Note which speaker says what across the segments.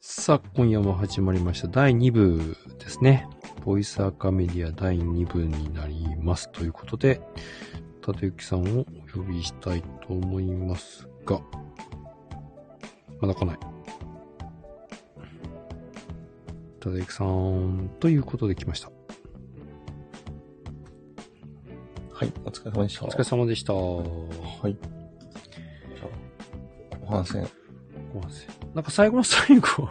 Speaker 1: さあ、今夜も始まりました。第2部ですね。ボイスアカメディア第2部になります。ということで、立雪さんをお呼びしたいと思いますが、まだ来ない。立雪さん、ということで来ました。
Speaker 2: はい、お疲れ様でした。
Speaker 1: お疲れ様でした。
Speaker 2: はい。じゃあ、後半戦。
Speaker 1: ごめんなさいなんか最後の最後、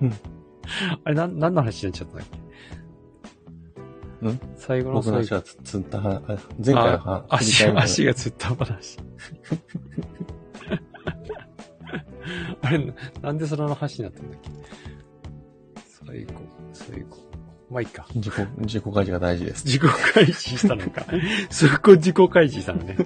Speaker 2: うん
Speaker 1: あれ、なん、何の話になっちゃったんだっけ
Speaker 2: ん
Speaker 1: 最後の
Speaker 2: 僕
Speaker 1: 最
Speaker 2: の話
Speaker 1: 後。
Speaker 2: はつつった話、あ前回の話。
Speaker 1: 足、
Speaker 2: 振り返りの話
Speaker 1: 足がつった話。 あれ、なんでその話になったんだっけ最後、最後。まあ、いいか。
Speaker 2: 自己、自己開示が大事です。
Speaker 1: 自己開示したの か。そこ自己開示したのね。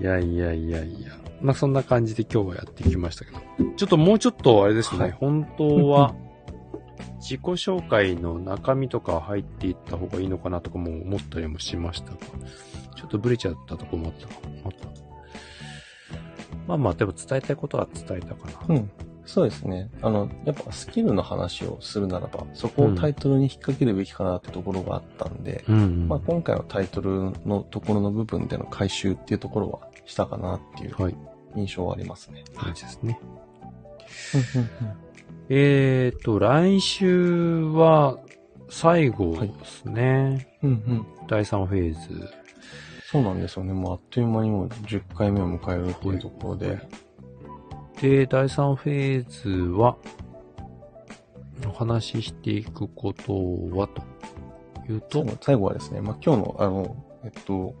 Speaker 1: いやいやいやいや。まあそんな感じで今日はやってきましたけど。ちょっともうちょっとあれですね、
Speaker 2: はい
Speaker 1: 本当 は自己紹介の中身とか入っていった方がいいのかなとかも思ったりもしましたが、ちょっとブレちゃったとこもあったかもあったまあまあ、でも伝えたいことは伝えたかな。
Speaker 2: うん。そうですね。あの、やっぱスキルの話をするならば、そこをタイトルに引っ掛けるべきかなってところがあったんで、
Speaker 1: うん、
Speaker 2: まあ今回のタイトルのところの部分での回収っていうところはしたかなっていう
Speaker 1: はい。
Speaker 2: 印象はありますね。
Speaker 1: 感じですね。
Speaker 2: うんうん
Speaker 1: えーと、来週は最後ですね。
Speaker 2: うん。うんうん。
Speaker 1: 第3フェーズ。
Speaker 2: そうなんですよね。もうあっという間にもう10回目を迎えるっていうところで、
Speaker 1: で、第3フェーズは、お話ししていくことはというと、
Speaker 2: 最後はですね、まあ、今日の、あの、えっと、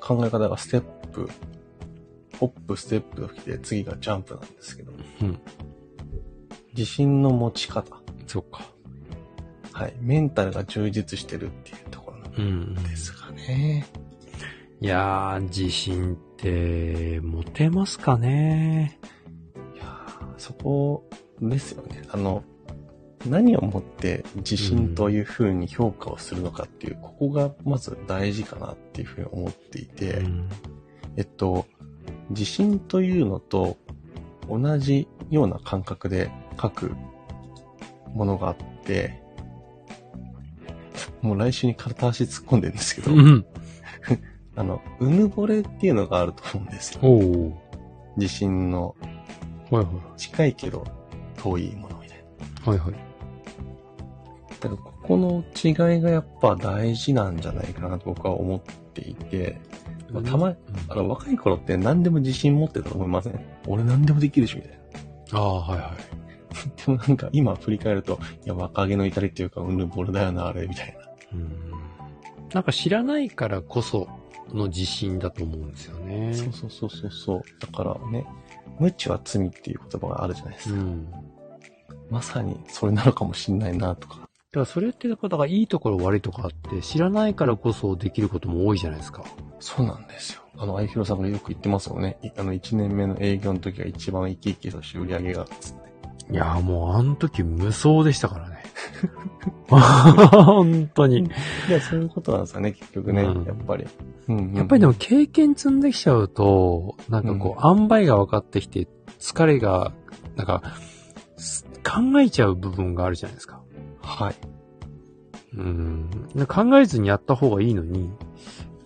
Speaker 2: 考え方がステップ、ホップ、ステップが来て、次がジャンプなんですけど、
Speaker 1: うん、
Speaker 2: 自信の持ち方。
Speaker 1: そうか。
Speaker 2: はい。メンタルが充実してるっていうところなん
Speaker 1: うん。
Speaker 2: ですかね。
Speaker 1: いやー、自信って、持てますかね
Speaker 2: いやーそこですよね。あの、何をもって自信というふうに評価をするのかっていう、ここがまず大事かなっていうふうに思っていて、
Speaker 1: うん。
Speaker 2: えっと、地震というのと同じような感覚で書くものがあって、もう来週に片足突っ込んでるんですけ
Speaker 1: う
Speaker 2: ど、
Speaker 1: ん。
Speaker 2: あの、うぬぼれっていうのがあると思うんですよ。
Speaker 1: おー。
Speaker 2: 地震の
Speaker 1: はい
Speaker 2: 近いけど遠いものみたいな。
Speaker 1: はい。はいはい。
Speaker 2: だからここの違いがやっぱ大事なんじゃないかなと僕は思っていて、まあたま、あの若い頃って何でも自信持ってたと思いません俺何でもできるしみたいな。
Speaker 1: ああ、はいはい。
Speaker 2: でもなんか今振り返ると、いや、若気の至りっていうか、うんぬぼれだよな、あれ、みたいな。
Speaker 1: うんなんか知らないからこその自信だと思うんですよね。
Speaker 2: そうそうそうそうそう。だからね、無知は罪っていう言葉があるじゃないですか。
Speaker 1: ん。だ
Speaker 2: まさにそれなのかもしんないな、とか。
Speaker 1: からそれって、だからいいところ悪いところあって、知らないからこそできることも多いじゃないですか。
Speaker 2: そうなんですよ。あの、相広さんがよく言ってますよね。いあの、1年目の営業の時が一番生き生きとして売り上げが、つって。
Speaker 1: いや、もうあの時無双でしたからね。本当に。
Speaker 2: いや、そういうことなんですよね、結局ね、
Speaker 1: うん
Speaker 2: やっぱり。うん、うん
Speaker 1: やっぱりでも経験積んできちゃうと、なんかこう、塩梅が分かってきて、疲れが、なんか、す考えちゃう部分があるじゃないですか。
Speaker 2: はい。
Speaker 1: うん。考えずにやった方がいいのに、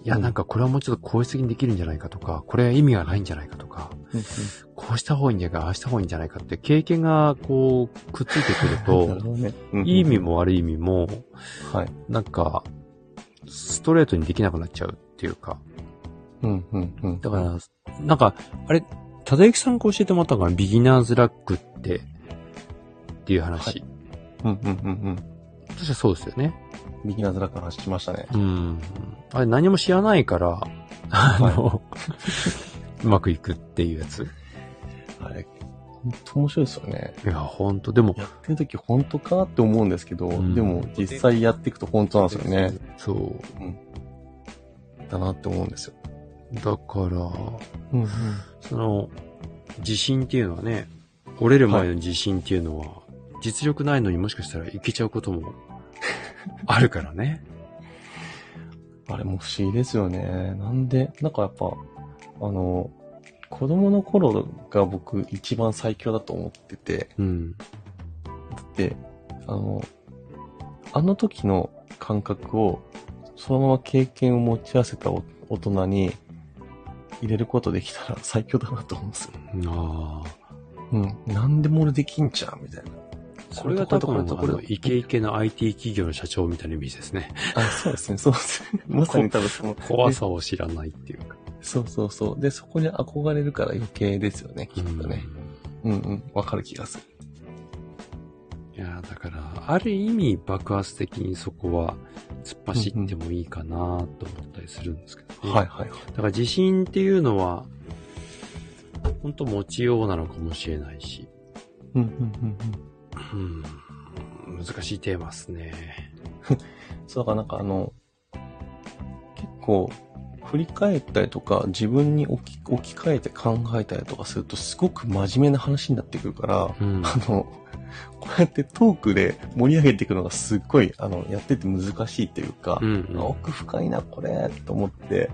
Speaker 1: いや、
Speaker 2: うん
Speaker 1: なんかこれはもうちょっと効率的にできるんじゃないかとか、これは意味がないんじゃないかとか、こうした方がいいんじゃないか、ああした方がいいんじゃないかって経験がこう、くっついてくる
Speaker 2: なる
Speaker 1: と、
Speaker 2: ほどね。うんうん
Speaker 1: いい意味。も悪い意味も、
Speaker 2: はい。
Speaker 1: なんか、ストレートにできなくなっちゃうっていうか、
Speaker 2: うん、うん、うん。
Speaker 1: だから、なんか、あれ、ただゆきさんが教えてもらったのが、ビギナーズラックって、っていう話。
Speaker 2: はうん、うん、うん、
Speaker 1: 確かそうですよね。
Speaker 2: うん。ビギナーズラックの話しましたね。
Speaker 1: うん。あれ何も知らないから、あの、 うまくいくっていうやつ。い
Speaker 2: あれ、本当面白いですよね。
Speaker 1: や、ほんと、でも、
Speaker 2: やってる時本当かって思うんですけど、
Speaker 1: うん
Speaker 2: でも実際やっていくと本当なんですよね。
Speaker 1: そう。
Speaker 2: だなって思うんですよ。
Speaker 1: だから、
Speaker 2: うんうん、
Speaker 1: その、自信っていうのはね、折れる前の自信っていうのは、実力ないのにもしかしたらいけちゃうこと もあるからね。
Speaker 2: あれも不思議ですよね。なんで、なんかやっぱ、あの、子供の頃が僕一番最強だと思ってて、
Speaker 1: うん。
Speaker 2: で、あの、あの時の感覚を、そのまま経験を持ち合わせたお大人に入れることできたら最強だなと思うんですよ。
Speaker 1: ああ。
Speaker 2: うん。なんでも俺できんじゃん、みたいな。
Speaker 1: これが多分、あ
Speaker 2: これとこれと
Speaker 1: の、
Speaker 2: これ
Speaker 1: イケイケの IT 企業の社長みたいなイメージですね。
Speaker 2: あ、そうですね、そうです ね。まさに多分その、
Speaker 1: 怖さを知らないっていうか。
Speaker 2: そうそうそう。で、そこに憧れるから余計ですよね、きっとね。うんうん、わかる気がする。
Speaker 1: いやーだから、ある意味爆発的にそこは突っ走ってもいいかなと思ったりするんですけど、ね
Speaker 2: はいはいはい。
Speaker 1: だから自信っていうのは、本当持ちようなのかもしれないし、
Speaker 2: うんうんうんうん。
Speaker 1: うん、難しいテーマですね。
Speaker 2: そうだからなんかあの、結構、振り返ったりとか、自分に置き置き換えて考えたりとかすると、すごく真面目な話になってくるから、
Speaker 1: うん。
Speaker 2: あの、こうやってトークで盛り上げていくのがすっごい、あの、やってて難しいというか、
Speaker 1: うん、
Speaker 2: あ奥深いな、これ、と思って、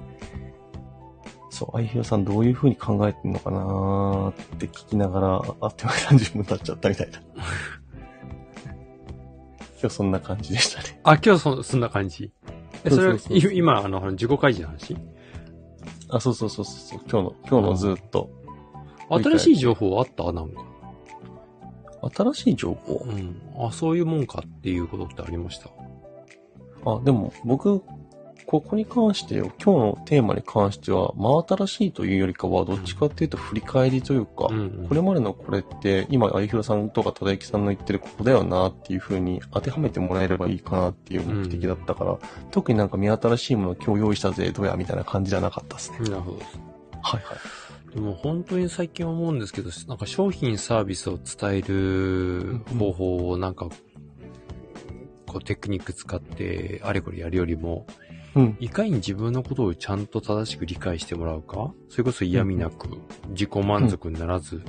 Speaker 2: そう、愛宏さんどういう風に考えてるのかなーって聞きながら、あっという間に30分経っちゃったみたいな。 今日そんな感じでしたね。
Speaker 1: あ、今日そそんな感じ。え、それは
Speaker 2: そうそうそうそう
Speaker 1: い今、あの、自己開示の話
Speaker 2: あ、そうそうそうそうそう、今日の、今日のずっと。はい
Speaker 1: 新しい情報あったなんか。
Speaker 2: 新しい情報
Speaker 1: うん。あ、そういうもんかっていうことってありました。
Speaker 2: あ、でも僕、ここに関してよ、今日のテーマに関しては、真新しいというよりかは、どっちかっていうと振り返りというか、
Speaker 1: うん、うん。
Speaker 2: これまでのこれって、今、有弘さんとか忠之さんの言ってるここだよなっていう風に当てはめてもらえればいいかなっていう目的だったから、特になんか見新しいものを今日用意したぜ、どうや、みたいな感じじゃなかったですね。
Speaker 1: なるほど。
Speaker 2: はいはい。
Speaker 1: でも本当に最近思うんですけど、なんか商品サービスを伝える方法をなんか、こうテクニック使ってあれこれやるよりも、
Speaker 2: うん。
Speaker 1: いかに自分のことをちゃんと正しく理解してもらうか、それこそ嫌味なく、自己満足にならず、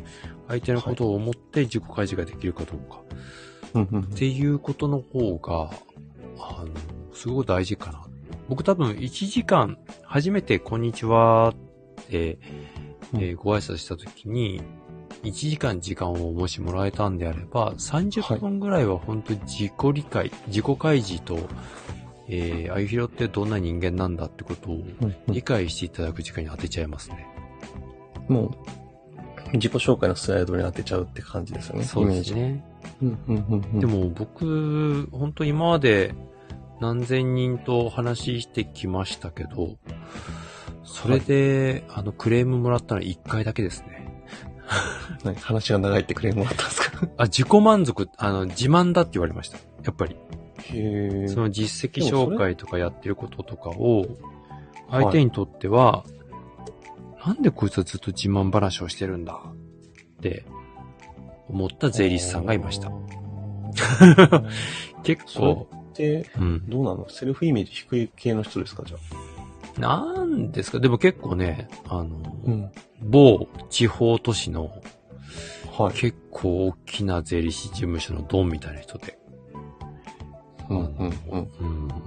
Speaker 1: 相手のことを思って自己開示ができるかどうか、
Speaker 2: うんうん
Speaker 1: っていうことの方が、あの、すごく大事かな。僕多分1時間、初めてこんにちはって、えーご挨拶した時に、1時間時間をもしもらえたんであれば、30分ぐらいは本当自己理解、自己開示と、えー、あゆひろってどんな人間なんだってことを
Speaker 2: うんうん
Speaker 1: 理解していただく時間に当てちゃいますね。
Speaker 2: もう、自己紹介のスライドに当てちゃうって感じですよね。イメージ。
Speaker 1: ね。
Speaker 2: うんうんうんうん。
Speaker 1: で、も僕、本当今まで何千人と話してきましたけど、それで、あの、クレームもらったの1回だけですね。
Speaker 2: 何話が長いってクレームもあったんですか
Speaker 1: あ、自己満足、あの、自慢だって言われました。やっぱり。
Speaker 2: へえ。
Speaker 1: その実績
Speaker 2: でもそれ
Speaker 1: 紹介とかやってることとかを、相手にとっては、なんでこいつはずっと自慢話をしてるんだって思った税理士さんがいました。
Speaker 2: あー。
Speaker 1: 結
Speaker 2: そ
Speaker 1: 構、
Speaker 2: れって、
Speaker 1: うん。
Speaker 2: どうなのセルフイメージ低い系の人ですかじゃあ。
Speaker 1: なんですかでも結構ね、あの、
Speaker 2: ん。
Speaker 1: 某地方都市の
Speaker 2: はい。
Speaker 1: 結構大きな税理士事務所のドンみたいな人で。
Speaker 2: うんうんうん。
Speaker 1: うん。だか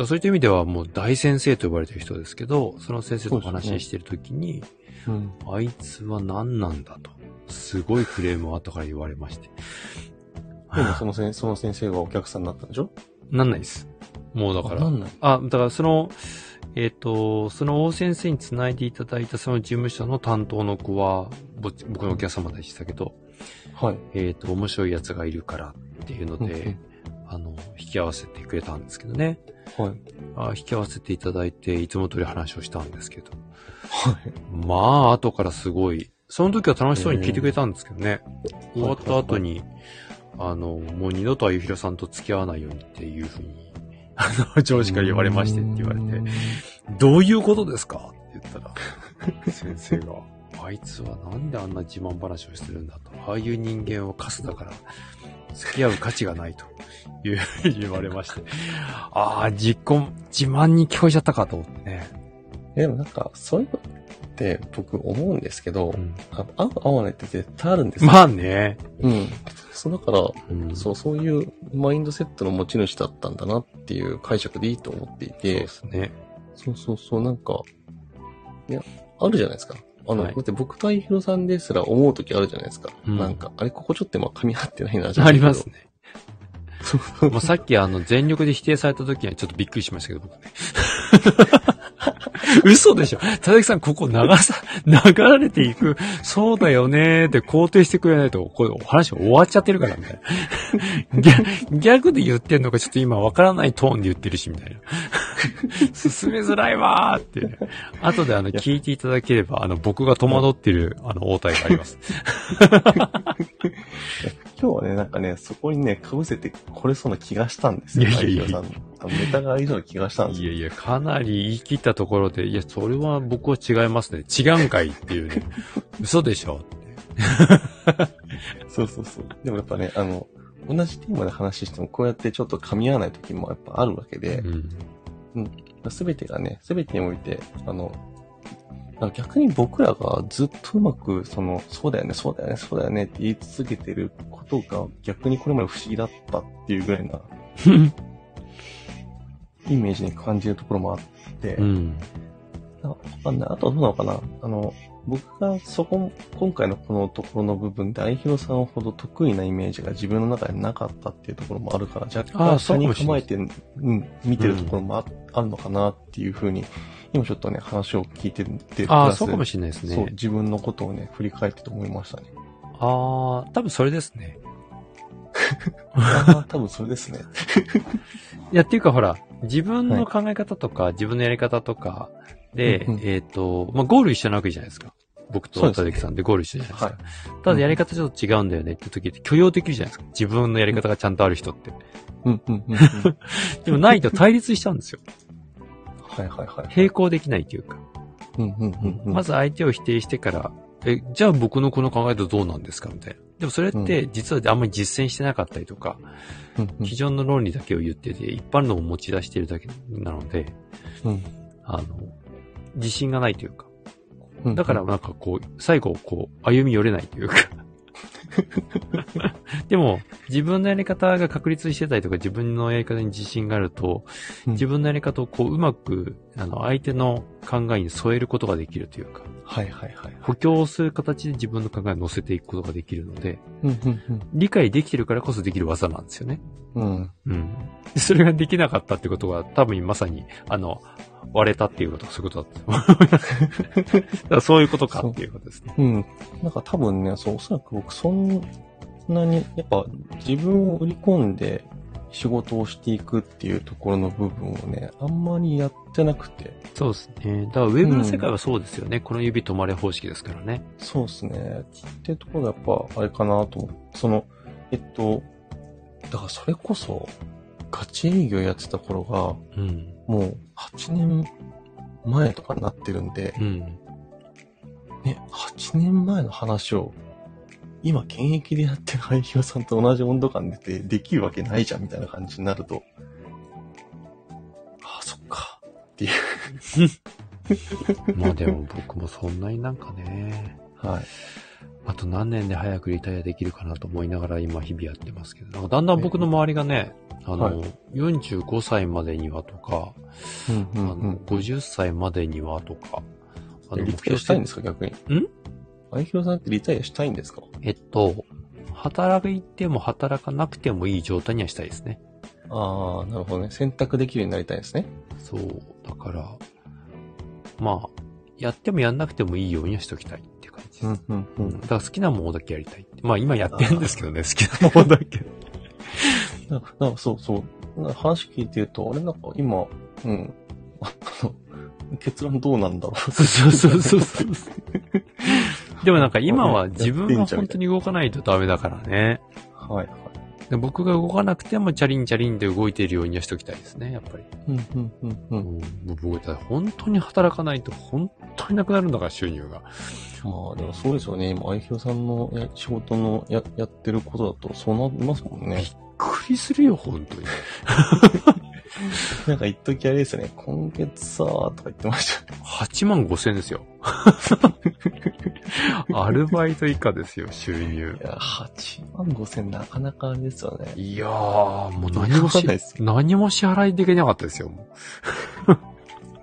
Speaker 1: らそういった意味ではもう大先生と呼ばれてる人ですけど、その先生とお話ししてるときに、
Speaker 2: うん。
Speaker 1: あいつは何なんだと。すごいクレームを後から言われまして。
Speaker 2: でもその先そ の先生がお客さんになったんでしょ
Speaker 1: なんないです。もうだから。
Speaker 2: んない。
Speaker 1: あ、だからその、えっ、と、その大先生につないでいただいたその事務所の担当の子は、ぼ僕のお客様でしたけど、
Speaker 2: はい。
Speaker 1: えっ、と、面白いやつがいるからっていうので、あの、引き合わせてくれたんですけどね。
Speaker 2: うんはい。
Speaker 1: あ引き合わせていただいて、いつも通り話をしたんですけど。
Speaker 2: はい。
Speaker 1: まあ、後からすごい。その時は楽しそうに聞いてくれたんですけどね。終わった後に、あの、もう二度とあゆひろさんと付き合わないようにっていうふうに、あの、上司から言われましてって言われて、どういうことですかって言ったら、先生が、 あいつはなんであんな自慢話をしてるんだと。ああいう人間はカスだから、付き合う価値がないという言われまして。ああ、実行、自慢に聞こえちゃったかと思ってね。
Speaker 2: えでもなんか、そういうのって僕思うんですけど、
Speaker 1: ん、
Speaker 2: あ合う合わないって絶対あるんですよ。
Speaker 1: まあね。
Speaker 2: うん。そうだから、
Speaker 1: うん
Speaker 2: そう、そういうマインドセットの持ち主だったんだなっていう解釈でいいと思ってい
Speaker 1: そうで
Speaker 2: て、
Speaker 1: すね。
Speaker 2: そうそうそう、なんか、いや、あるじゃないですか。あの、
Speaker 1: はい
Speaker 2: だって僕と愛ろさんですら思う時あるじゃないですか。
Speaker 1: うん
Speaker 2: なんか、あれ、ここちょっと今噛み合ってないな、じゃ
Speaker 1: あります
Speaker 2: ね。
Speaker 1: ね。もうさっきあの、全力で否定された時にはちょっとびっくりしましたけど、僕ね。 嘘でしょ佐々木さん、ここ流さ、流れていく、そうだよねーって肯定してくれないと、これお話終わっちゃってるから、みたいな。ギャ、ギャグで言ってんのか、ちょっと今わからないトーンで言ってるし、みたいな。進めづらいわーって、ね。後であの、聞いていただければ、あの、僕が戸惑ってる、あの、応対があります。
Speaker 2: 今日はね、なんかね、そこにね、被せてこれそうな気がしたんですよ。
Speaker 1: いやいやいや
Speaker 2: 愛弘さんの。ネタがありそうな気がしたんです
Speaker 1: い
Speaker 2: よ。
Speaker 1: やいや、かなり言い切ったところで、いや、それは僕は違いますね。違うんかいっていう ね。嘘でしょ
Speaker 2: そうそうそう。でもやっぱね、あの、同じテーマで話しても、こうやってちょっと噛み合わない時もやっぱあるわけで、
Speaker 1: うん。
Speaker 2: すべてがね、すべてにおいて、あの、なんか逆に僕らがずっとうまく、その、そうだよね、そうだよね、そうだよねって言い続けてることが逆にこれまで不思議だったっていうぐらいなイメージに感じるところもあって、
Speaker 1: うん。
Speaker 2: なわかんない。あとはどうなのかなあの、僕がそこ、今回のこのところの部分で、愛弘さんほど得意なイメージが自分の中になかったっていうところもあるから、若
Speaker 1: ああ
Speaker 2: 干
Speaker 1: そ
Speaker 2: 下
Speaker 1: うか
Speaker 2: に
Speaker 1: もしれ
Speaker 2: 構
Speaker 1: な
Speaker 2: え
Speaker 1: い
Speaker 2: て、うん、見てるところもあ,、あるのかなっていうふうに、今ちょっとね、話を聞いてて、
Speaker 1: あ
Speaker 2: プ
Speaker 1: あ、
Speaker 2: ラス
Speaker 1: そうかもしれないです
Speaker 2: そう、
Speaker 1: ね。
Speaker 2: 自分のことをね、振り返ってと思いましたね。
Speaker 1: ああ、多分それですね。
Speaker 2: ああ、多分それですね。
Speaker 1: いや、っていうかほら、自分の考え方とか、自分のやり方とかで、
Speaker 2: うんうん
Speaker 1: えっ、と、まあ、ゴール一緒なわけじゃないですか。僕と
Speaker 2: そうです
Speaker 1: 田崎さんでゴール一緒じゃないですか。
Speaker 2: はい。
Speaker 1: ただやり方ちょっと違うんだよねって時って許容できるじゃないですか。自分のやり方がちゃんとある人って。
Speaker 2: うん、う ん、うん。うんはい
Speaker 1: でもないと対立しちゃうんですよ。
Speaker 2: はいはい。
Speaker 1: 並行できないというか。
Speaker 2: うん、うん、うんうん。
Speaker 1: まず相手を否定してから、え、じゃあ僕のこの考えとどうなんですかみたいな。でもそれって実はあんまり実践してなかったりとか、
Speaker 2: うん、うん
Speaker 1: 基準の論理だけを言ってて、一般論を持ち出してるだけなので、
Speaker 2: うん
Speaker 1: あの、自信がないというか。
Speaker 2: うん。
Speaker 1: だからなんかこう、最後こう、歩み寄れない というか。でも、自分のやり方が確立してたりとか、自分のやり方に自信があると、
Speaker 2: うん
Speaker 1: 自分のやり方をこう、うまく、あの、相手の考えに添えることができるというか。
Speaker 2: はいはいはい。
Speaker 1: 補強する形で自分の考えを乗せていくことができるので、
Speaker 2: うん、うん、
Speaker 1: 理解できてるからこそできる技なんですよね。
Speaker 2: うん。うん。
Speaker 1: うん。それができなかったってことは、多分まさに、あの、割れたっていうことはそういうことだった。 だからそういうことかっていうことですね。
Speaker 2: うん。なんか多分ね、そう、おそらく僕そんなに、やっぱ自分を売り込んで仕事をしていくっていうところの部分をね、あんまりやってなくて。
Speaker 1: そうですね。だからウェブの世界はそうですよね。この指止まれ方式ですからね。
Speaker 2: そうですね。っていうところがやっぱあれかなと思う。その、えっと、だからそれこそ、ガチ営業やってた頃が、
Speaker 1: うん。
Speaker 2: もう8年前とかになってるんで、
Speaker 1: うん。
Speaker 2: ね、8年前の話を、今現役でやってる俳優さんと同じ温度感でてできるわけないじゃんみたいな感じになると、ああ、そっか。
Speaker 1: まあでも僕もそんなになんかね、
Speaker 2: はい。
Speaker 1: あと何年で早くリタイアできるかなと思いながら今日々やってますけど、なんかだんだん僕の周りがね、あの、
Speaker 2: は
Speaker 1: 45歳までにはとか、
Speaker 2: うんう
Speaker 1: あ
Speaker 2: ん
Speaker 1: の、50歳までにはとか、あの、目
Speaker 2: リタイア
Speaker 1: 標
Speaker 2: したいん
Speaker 1: 設
Speaker 2: ですか逆に。
Speaker 1: ん
Speaker 2: 俳優さんってリタイアしたいんですか
Speaker 1: えっと、働いても働かなくてもいい状態にはしたいですね。
Speaker 2: ああ、なるほどね。選択できるようになりたいですね。
Speaker 1: そう。だから、まあ、やってもやんなくてもいいようにはしときたいっていう感じです。
Speaker 2: うん
Speaker 1: うん。だから好きなものだけやりたいって。まあ今やってるんですけどね、好きなものだけ。
Speaker 2: なんか、なんかそうそう。なんか話聞いてると、あれなんか今、うん。 あの、結論どうなんだろう。
Speaker 1: そうそうそうそうそう。でもなんか今は自分が本当に動かないとダメだからね。
Speaker 2: はいはい。
Speaker 1: で僕が動かなくてもチャリンチャリンで動いているようにはしときたいですね、やっぱり。
Speaker 2: うんうんうんう。
Speaker 1: うんん、僕だって本当に働かないと本当になくなるんだから収入が。
Speaker 2: まあでもそうですよね。今、愛嬌さんのや仕事のややってることだとそうなりますもんね。
Speaker 1: くりするよ、本当に。
Speaker 2: なんか一時あれですよね。今月さーとか言ってましたね。
Speaker 1: 8万5千ですよ。 アルバイト以下ですよ、収入
Speaker 2: い。や、8万5千なかなかあれですよね。
Speaker 1: いやー、もう何も
Speaker 2: わか
Speaker 1: し
Speaker 2: んないです、よ
Speaker 1: 何も支払いできなかったですよ、もう。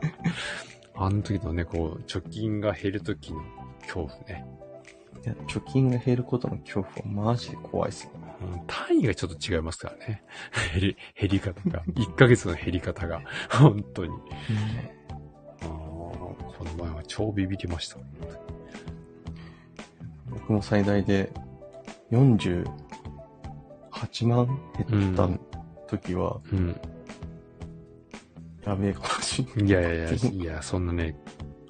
Speaker 1: あの時のね、こう、貯金が減る時の恐怖ね。
Speaker 2: いや、貯金が減ることの恐怖はマジで怖いっすね。
Speaker 1: うん単位がちょっと違いますからね。 減り、減り方が。1ヶ月の減り方が。本当に。あーこの前は超ビビりました。
Speaker 2: 僕も最大で48万減った時は、
Speaker 1: うん。
Speaker 2: やべえかもしれない。
Speaker 1: いやいや いや、いや、そんなね、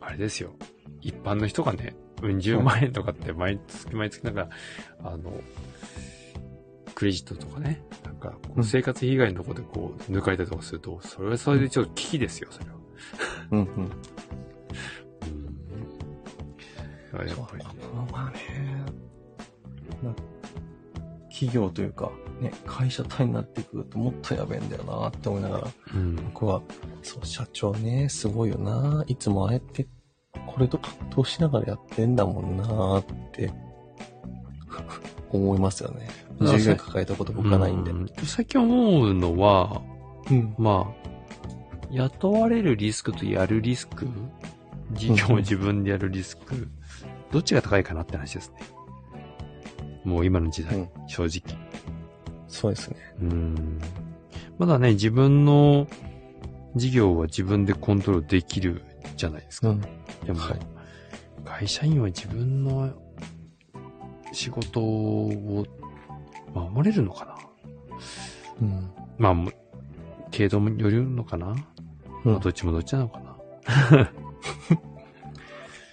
Speaker 1: あれですよ。一般の人がね、うん、10万円とかって毎月毎月なんか、あの、クレジットとかね、なんか、
Speaker 2: うん
Speaker 1: 生活費以外のとこでこう、抜かれたりとかすると、それはそれでちょっと危機ですよ、それは。
Speaker 2: うんうん。
Speaker 1: うん。やっぱりね。
Speaker 2: まあね、な企業というか、ね、会社単位になってくるともっとやべえんだよなって思いながら、
Speaker 1: うん。
Speaker 2: 僕は、そう、社長ね、すごいよな。いつもああやって、これと葛藤しながらやってんだもんなって、 思いますよね。
Speaker 1: あ
Speaker 2: 従業員抱えたこと僕はないんで。
Speaker 1: う。最近思うのは、
Speaker 2: うん。
Speaker 1: まあ、雇われるリスクとやるリスク、事業を自分でやるリスク、どっちが高いかなって話ですね。もう今の時代、
Speaker 2: うん
Speaker 1: 正直。
Speaker 2: そうですね。
Speaker 1: うん。まだね、自分の事業は自分でコントロールできるじゃないですか。
Speaker 2: うん。
Speaker 1: でも、
Speaker 2: はい
Speaker 1: 会社員は自分の仕事を守れるのかな
Speaker 2: うん。
Speaker 1: まあもう、程度もよるのかな、
Speaker 2: うん
Speaker 1: まあどっちもどっちなのかな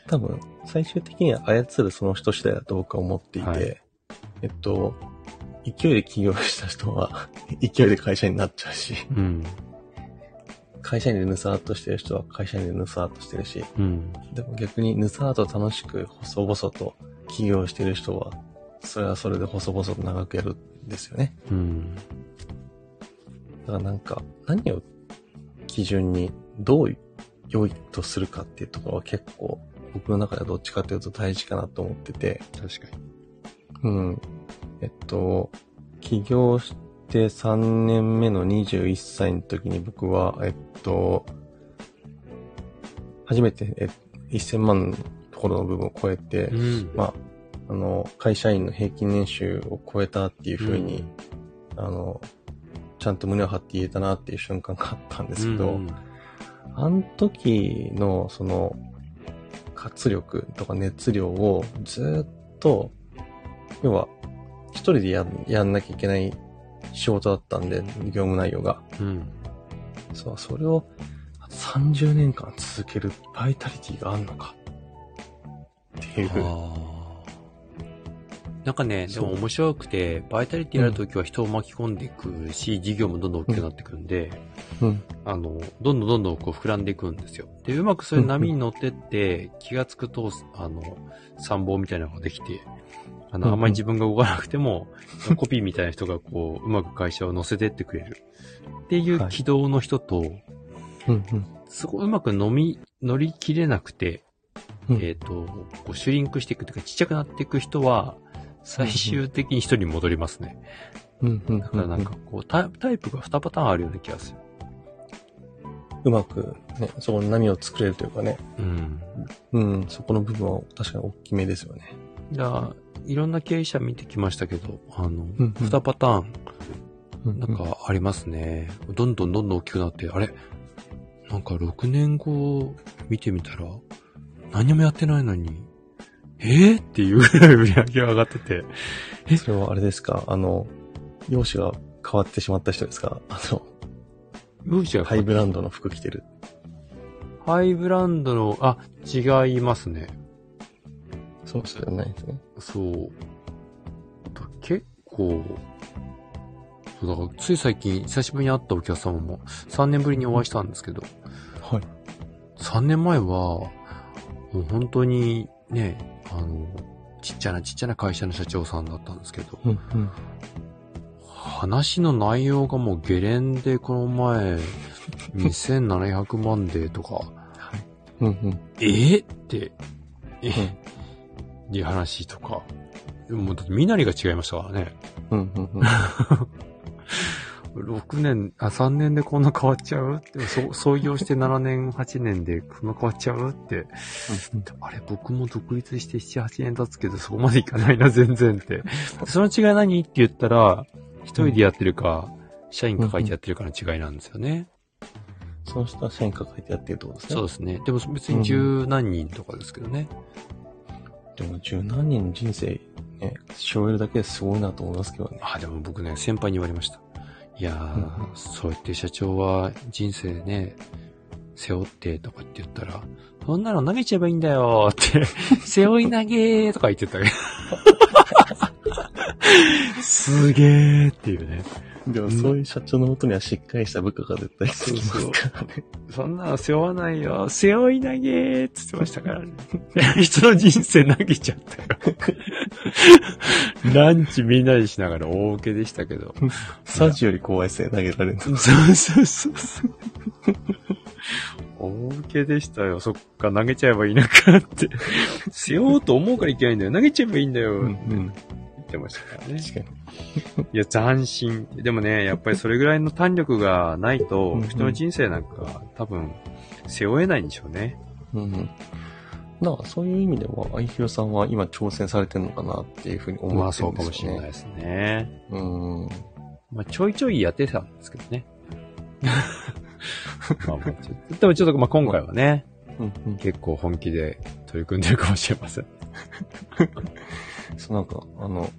Speaker 2: 多分、最終的には操るその人次第だと僕は思っていて、
Speaker 1: はい
Speaker 2: えっと、勢いで起業した人は、 勢いで会社になっちゃうし、
Speaker 1: うん。
Speaker 2: 会社員でヌサーっとしてる人は会社員でヌサーっとしてるし、
Speaker 1: うん。
Speaker 2: でも逆にヌサーと楽しく細々と起業してる人は、それはそれで細々と長くやるんですよね。
Speaker 1: うん。
Speaker 2: だからなんか、何を基準にどう良いとするかっていうところは結構僕の中ではどっちかというと大事かなと思ってて、
Speaker 1: 確かに。
Speaker 2: うん。えっと、起業して3年目の21歳の時に僕は、えっと、初めてえ1000万のところの部分を超えて、
Speaker 1: うん
Speaker 2: まあ、あの、会社員の平均年収を超えたっていうふうに、あの、ちゃんと胸を張って言えたなっていう瞬間があったんですけど、
Speaker 1: うん
Speaker 2: あの時の、その、活力とか熱量をずっと、要は、一人でやんやんなきゃいけない仕事だったんで、業務内容が。
Speaker 1: うん。
Speaker 2: そう、それを30年間続けるバイタリティがあるのか。っていう。
Speaker 1: あーなんかね、で
Speaker 2: そう
Speaker 1: も面白くて、バイタリティやるときは人を巻き込んでいくし、事業もどんどん大きくなっていくんで、
Speaker 2: うん。
Speaker 1: あの、どんどんどんどんこう膨らんでいくんですよ。で、うまくそういう波に乗ってって、気がつくと、あの、参謀みたいなのができて、あ
Speaker 2: うんう
Speaker 1: の、
Speaker 2: ん
Speaker 1: あんまり自分が動かなくても、コピーみたいな人がこう、うまく会社を乗せてってくれる。っていう軌道の人と、
Speaker 2: うん。
Speaker 1: すごいうまく飲み、乗り切れなくて、
Speaker 2: うん
Speaker 1: えっ、と、こうシュリンクしていくというか、ちっちゃくなっていく人は、最終的に一人に戻りますね。
Speaker 2: うん。うん。
Speaker 1: だからなんかこう、タイタイプが2パターンあるような気がする。
Speaker 2: うまく、ね、そこに波を作れるというかね。
Speaker 1: うん。
Speaker 2: うん。そこの部分は確かに大きめですよね。
Speaker 1: だからいろんな経営者見てきましたけど、あの、
Speaker 2: うんうん
Speaker 1: 2パターン、
Speaker 2: うん
Speaker 1: なんかありますね。どんどんどんどん大きくなって、あれなんか6年後見てみたら、何もやってないのに、えー、っていうぐらい売り上げが上がってて、
Speaker 2: それはあれですかあの、容姿が変わってしまった人ですかあの、
Speaker 1: ムーチが
Speaker 2: ハイブランドの服着てる。
Speaker 1: ハイブランドの、あ、違いますね。
Speaker 2: そうですよね。
Speaker 1: そう。だ結構、そうだからつい最近、久しぶりに会ったお客様も、3年ぶりにお会いしたんですけど、
Speaker 2: はい。
Speaker 1: 3年前は、もう本当にね、あの、ちっちゃなちっちゃな会社の社長さんだったんですけど、
Speaker 2: うん、うん。
Speaker 1: 話の内容がもうゲレンでこの前、2700万でとか、
Speaker 2: うん、うん。
Speaker 1: えーって、えーっていう話とか、もうだって身なりが違いましたからね。
Speaker 2: うん、うん、うん。
Speaker 1: あれ6年、あ、3年でこんな変わっちゃうって、そ創業して7年、8年で こんな変わっちゃうって、あれ、僕も独立して7、8年経つけど、そこまでいかないな、全然 って。その違い何って言ったら、一人でやってるか、社員抱えてやってるかの違いなんですよね。
Speaker 2: その人は社員抱えてやってるってことですね。
Speaker 1: そうですね。でも別に十何人とかですけどね。
Speaker 2: でも十何人の人生、ね、背負えるだけですごいなと思いますけどね。
Speaker 1: あ、でも僕ね、先輩に言われました。いやー、
Speaker 2: うん
Speaker 1: そうやって社長は人生ね、背負ってとかって言ったら、そんなの投げちゃえばいいんだよ って、背負い投げーとか言ってたよ。すげーっていうね。
Speaker 2: でもそういう社長のもとにはしっかりした部下が絶対つきますからね。
Speaker 1: そんなの背負わないよ。背負い投げーって言ってましたからね。人の人生投げちゃったよ。 ランチみんなでしながら大受けでしたけど。
Speaker 2: サジより怖い性投げられるんだ
Speaker 1: そうそうそうそう。大受けでしたよ。そっか、投げちゃえばいいのかって。背負おうと思うからいけないんだよ。投げちゃえばいいんだよ。
Speaker 2: うんう
Speaker 1: って言
Speaker 2: ん。
Speaker 1: ってましたからね。
Speaker 2: 確かに。
Speaker 1: いや、斬新。でもね、やっぱりそれぐらいの胆力がないと
Speaker 2: う、ん
Speaker 1: 人の人生なんか多分、背負えないんでしょうね。
Speaker 2: うんうん。だからそういう意味では、愛弘さんは今挑戦されてるのかなっていうふうに思ってる
Speaker 1: まあそう
Speaker 2: んですよ、ね。
Speaker 1: かもしれない。ですね。
Speaker 2: うん。
Speaker 1: まあちょいちょいやってたんですけどね。 まあまあちょっとでもちょっと、まあ今回はね、
Speaker 2: うんうん。
Speaker 1: 結構本気で取り組んでるかもしれません。
Speaker 2: そうなんか、あの、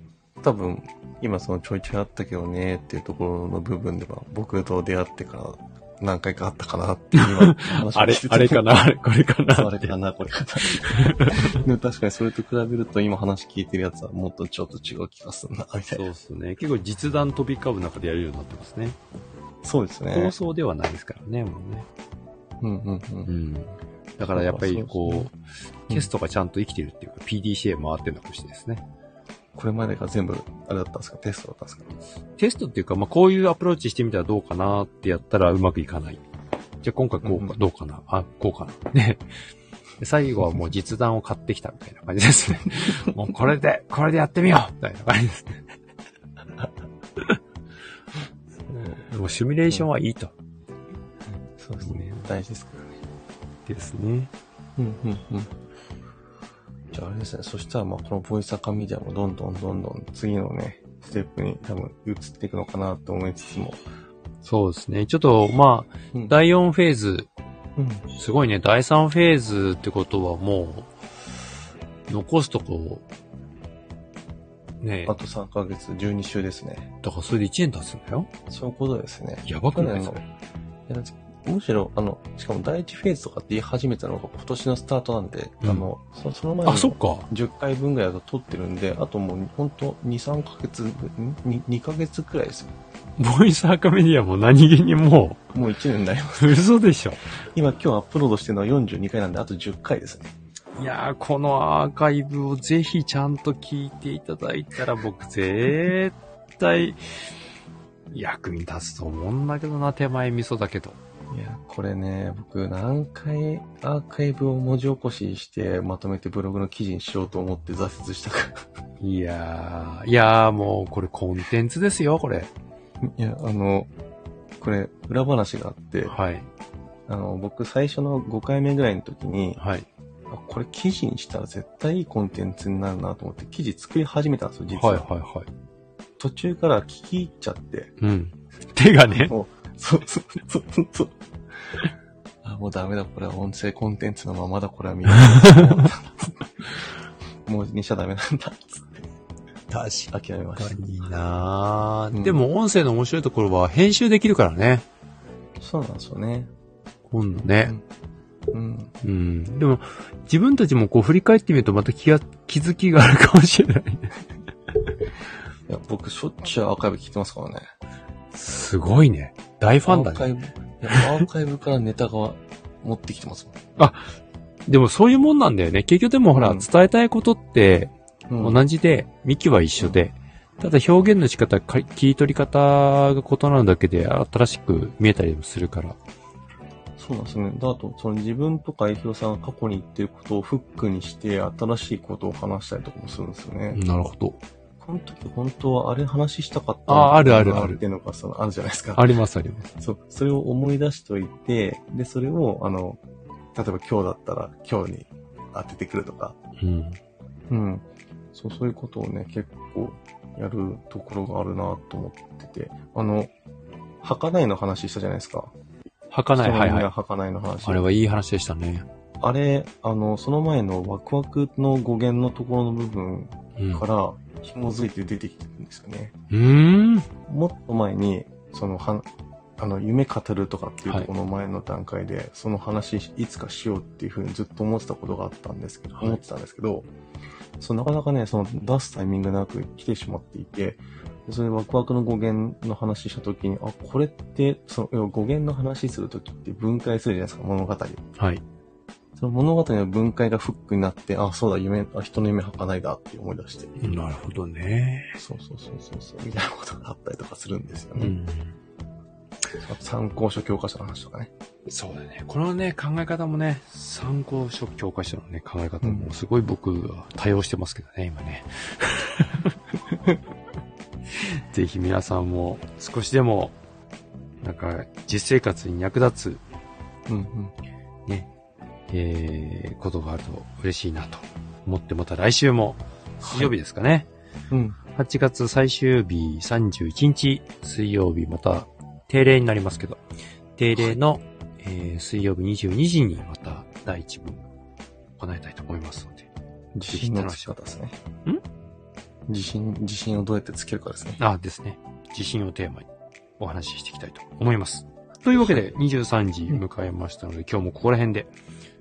Speaker 2: 多分、今そのちょいちょいあったけどねっていうところの部分では、僕と出会ってから何回かあったかなっていう 今話を
Speaker 1: あれ
Speaker 2: 聞いて、て
Speaker 1: あれかな、あれ、 これかな。
Speaker 2: そうあれかな、これかな。 でも確かにそれと比べると今話聞いてるやつはもっとちょっと違う気がするな、みたい
Speaker 1: そ
Speaker 2: な。
Speaker 1: うですね。結構実弾飛び交う中でやるようになってますね。
Speaker 2: そうです
Speaker 1: 放
Speaker 2: ね。
Speaker 1: 送ではないですからね、もうね。
Speaker 2: うんうんうん。
Speaker 1: ん。だからやっぱり
Speaker 2: そう
Speaker 1: こ
Speaker 2: で
Speaker 1: う、テストがちゃんと生きてるっていうか、PDCA 回ってるのかもしれないですね。
Speaker 2: これまでが全部、あれだったんですかテストだったんですか
Speaker 1: テストっていうか、まあ、こういうアプローチしてみたらどうかなってやったらうまくいかない。じゃあ今回こう
Speaker 2: うん
Speaker 1: か、
Speaker 2: うん
Speaker 1: どうかな、あ、こうかな。ね。で最後はもう実弾を買ってきたみたいな感じ ですね。もうこれで、これでやってみようみたいな感じですね。でもシミュレーションはいいと。
Speaker 2: そうです
Speaker 1: ね
Speaker 2: ね。大事ですからね。
Speaker 1: ですね。
Speaker 2: うんうんうん。じゃああれですね、そしたらまあこのボイスアカメディアもどんどんどんどん次のね、ステップに多分移っていくのかなと思いつつも。
Speaker 1: そうですね。ちょっと、まあ、
Speaker 2: うん
Speaker 1: 第4フェーズ、
Speaker 2: うん。
Speaker 1: すごいね、第3フェーズってことはもう、残すとこ、ねえ
Speaker 2: あ、と3ヶ月、12週ですね。
Speaker 1: だからそれで1年経つんだよ。
Speaker 2: そういうことですね。
Speaker 1: やばくない
Speaker 2: 去年の
Speaker 1: それ
Speaker 2: いやむしろ、あの、しかも第1フェーズとかって言い始めたのが今年のスタートなんで、
Speaker 1: うん
Speaker 2: あの、そその前に
Speaker 1: あ、そっか。
Speaker 2: 10回分ぐらいだと撮ってるんで、あともうほんと2、3ヶ月、んに 2, ヶ月くらいですよ。
Speaker 1: ボイスアカメディアも何気にも
Speaker 2: もう1年になります。
Speaker 1: う、嘘でしょ。
Speaker 2: 今今日アップロードしてるのは42回なんで、あと10回ですね。
Speaker 1: いやー、このアーカイブをぜひちゃんと聞いていただいたら僕絶対役に立つと思うんだけどな、手前味噌だけど。
Speaker 2: いや、これね、僕何回アーカイブを文字起こししてまとめてブログの記事にしようと思って挫折したか
Speaker 1: いやー、いやーもうこれコンテンツですよ、これ。
Speaker 2: ら。 いや、あの、これ裏話があって、
Speaker 1: はい、
Speaker 2: あの、僕最初の5回目ぐらいの時に、
Speaker 1: はい、
Speaker 2: あこれ記事にしたら絶対いいコンテンツになるなと思って記事作り始めたんですよ、
Speaker 1: はい、
Speaker 2: 実
Speaker 1: は
Speaker 2: は。
Speaker 1: い、はい。
Speaker 2: 途中から聞き入っちゃって。
Speaker 1: うん。手がね、
Speaker 2: もう、そうそうそうそうそう。あ、もうダメだ、これは音声コンテンツのままだ、これ はみんな。もうにしちゃダメなんだ、つって。諦めました。
Speaker 1: いいな
Speaker 2: う
Speaker 1: ぁ。
Speaker 2: ん
Speaker 1: でも音声の面白いところは編集できるからね。
Speaker 2: そうなんですよね。
Speaker 1: 今度ね。
Speaker 2: うん。
Speaker 1: うん。でも、自分たちもこう振り返ってみるとまた気が、気づきがあるかもしれない。
Speaker 2: いや、僕、しょっちゅうアーカイブ聞いてますからね。
Speaker 1: すごいね。大ファンだ
Speaker 2: アーカ
Speaker 1: ね。
Speaker 2: イブ、いや、アーカイブからネタが持ってきてます
Speaker 1: でもそういうもんなんだよね。結局でもほら、
Speaker 2: うん
Speaker 1: 伝えたいことって
Speaker 2: もん。うん、
Speaker 1: 同じで、幹は一緒で、ただ表現の仕方、か切り取り方が異なるだけで新しく見えたりもするから。
Speaker 2: そうなんですね。だと、その自分とか愛弘さんが過去に言ってることをフックにして、新しいことを話したりとかもするんですよね。
Speaker 1: なるほど。
Speaker 2: あの時本当はあれ話したかった
Speaker 1: ああるあるある
Speaker 2: っていうのが、その、あるじゃないですか。
Speaker 1: ありますあります。
Speaker 2: そう、それを思い出しといて、で、それを、あの、例えば今日だったら今日に当ててくるとか、
Speaker 1: うん。
Speaker 2: うん。そう、そういうことをね、結構やるところがあるなと思ってて、あの、儚いの話したじゃないですか。
Speaker 1: はかない、
Speaker 2: 人の
Speaker 1: はい
Speaker 2: みん
Speaker 1: は。
Speaker 2: ない儚いの話。
Speaker 1: あれはいい話でしたね。
Speaker 2: あれ、あの、その前のワクワクの語源のところの部分
Speaker 1: うん。
Speaker 2: か
Speaker 1: う
Speaker 2: ら紐づいて出てきてるんですよね。
Speaker 1: ーん。
Speaker 2: もっと前に、その、はんあの、夢語るとかっていうところの前の段階で、その話いつかしようっていうふうにずっと思ってたことがあったんですけど、
Speaker 1: はい
Speaker 2: 思ってたんですけど、そう、なかなかね、その出すタイミングなく来てしまっていて、でそれでワクワクの語源の話したときに、あ、これって、その、要は語源の話するときって分解するじゃないですか、物語。
Speaker 1: はい。
Speaker 2: その物語の分解がフックになって、あ、そうだ、夢、あ人の夢儚いだって思い出して。
Speaker 1: なるほどね。
Speaker 2: そうそうそうそうそう、みたいなことがあったりとかするんですよ
Speaker 1: う
Speaker 2: ね。
Speaker 1: ん。
Speaker 2: 参考書教科書の話とかね。
Speaker 1: そうだね。このね、考え方もね、参考書教科書のね、考え方もすごい僕は多用してますけどね、今 ね。ぜひ皆さんも少しでも、なんか、実生活に役立
Speaker 2: うんうん。
Speaker 1: つ、ね、えー、ことがあると嬉しいなと思って、また来週も、水曜日ですかね。
Speaker 2: うん。
Speaker 1: 8月最終日31日水曜日また定例になりますけど、定例の、えー水曜日22時にまた第1部行いたいと思いますので。
Speaker 2: 自信のつき方ですね。
Speaker 1: ん
Speaker 2: 自信、自信をどうやってつけるかですね。
Speaker 1: あ、ですね。地震をテーマにお話ししていきたいと思います。というわけで23時迎えましたので、今日もここら辺で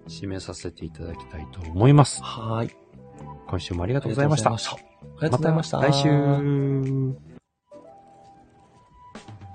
Speaker 1: 締めさせていただきたいと思います。
Speaker 2: はーい。あり
Speaker 1: 今週もありがとうございました。
Speaker 2: りがとうございました。ありがとうございまし
Speaker 1: 来
Speaker 2: た。
Speaker 1: 週。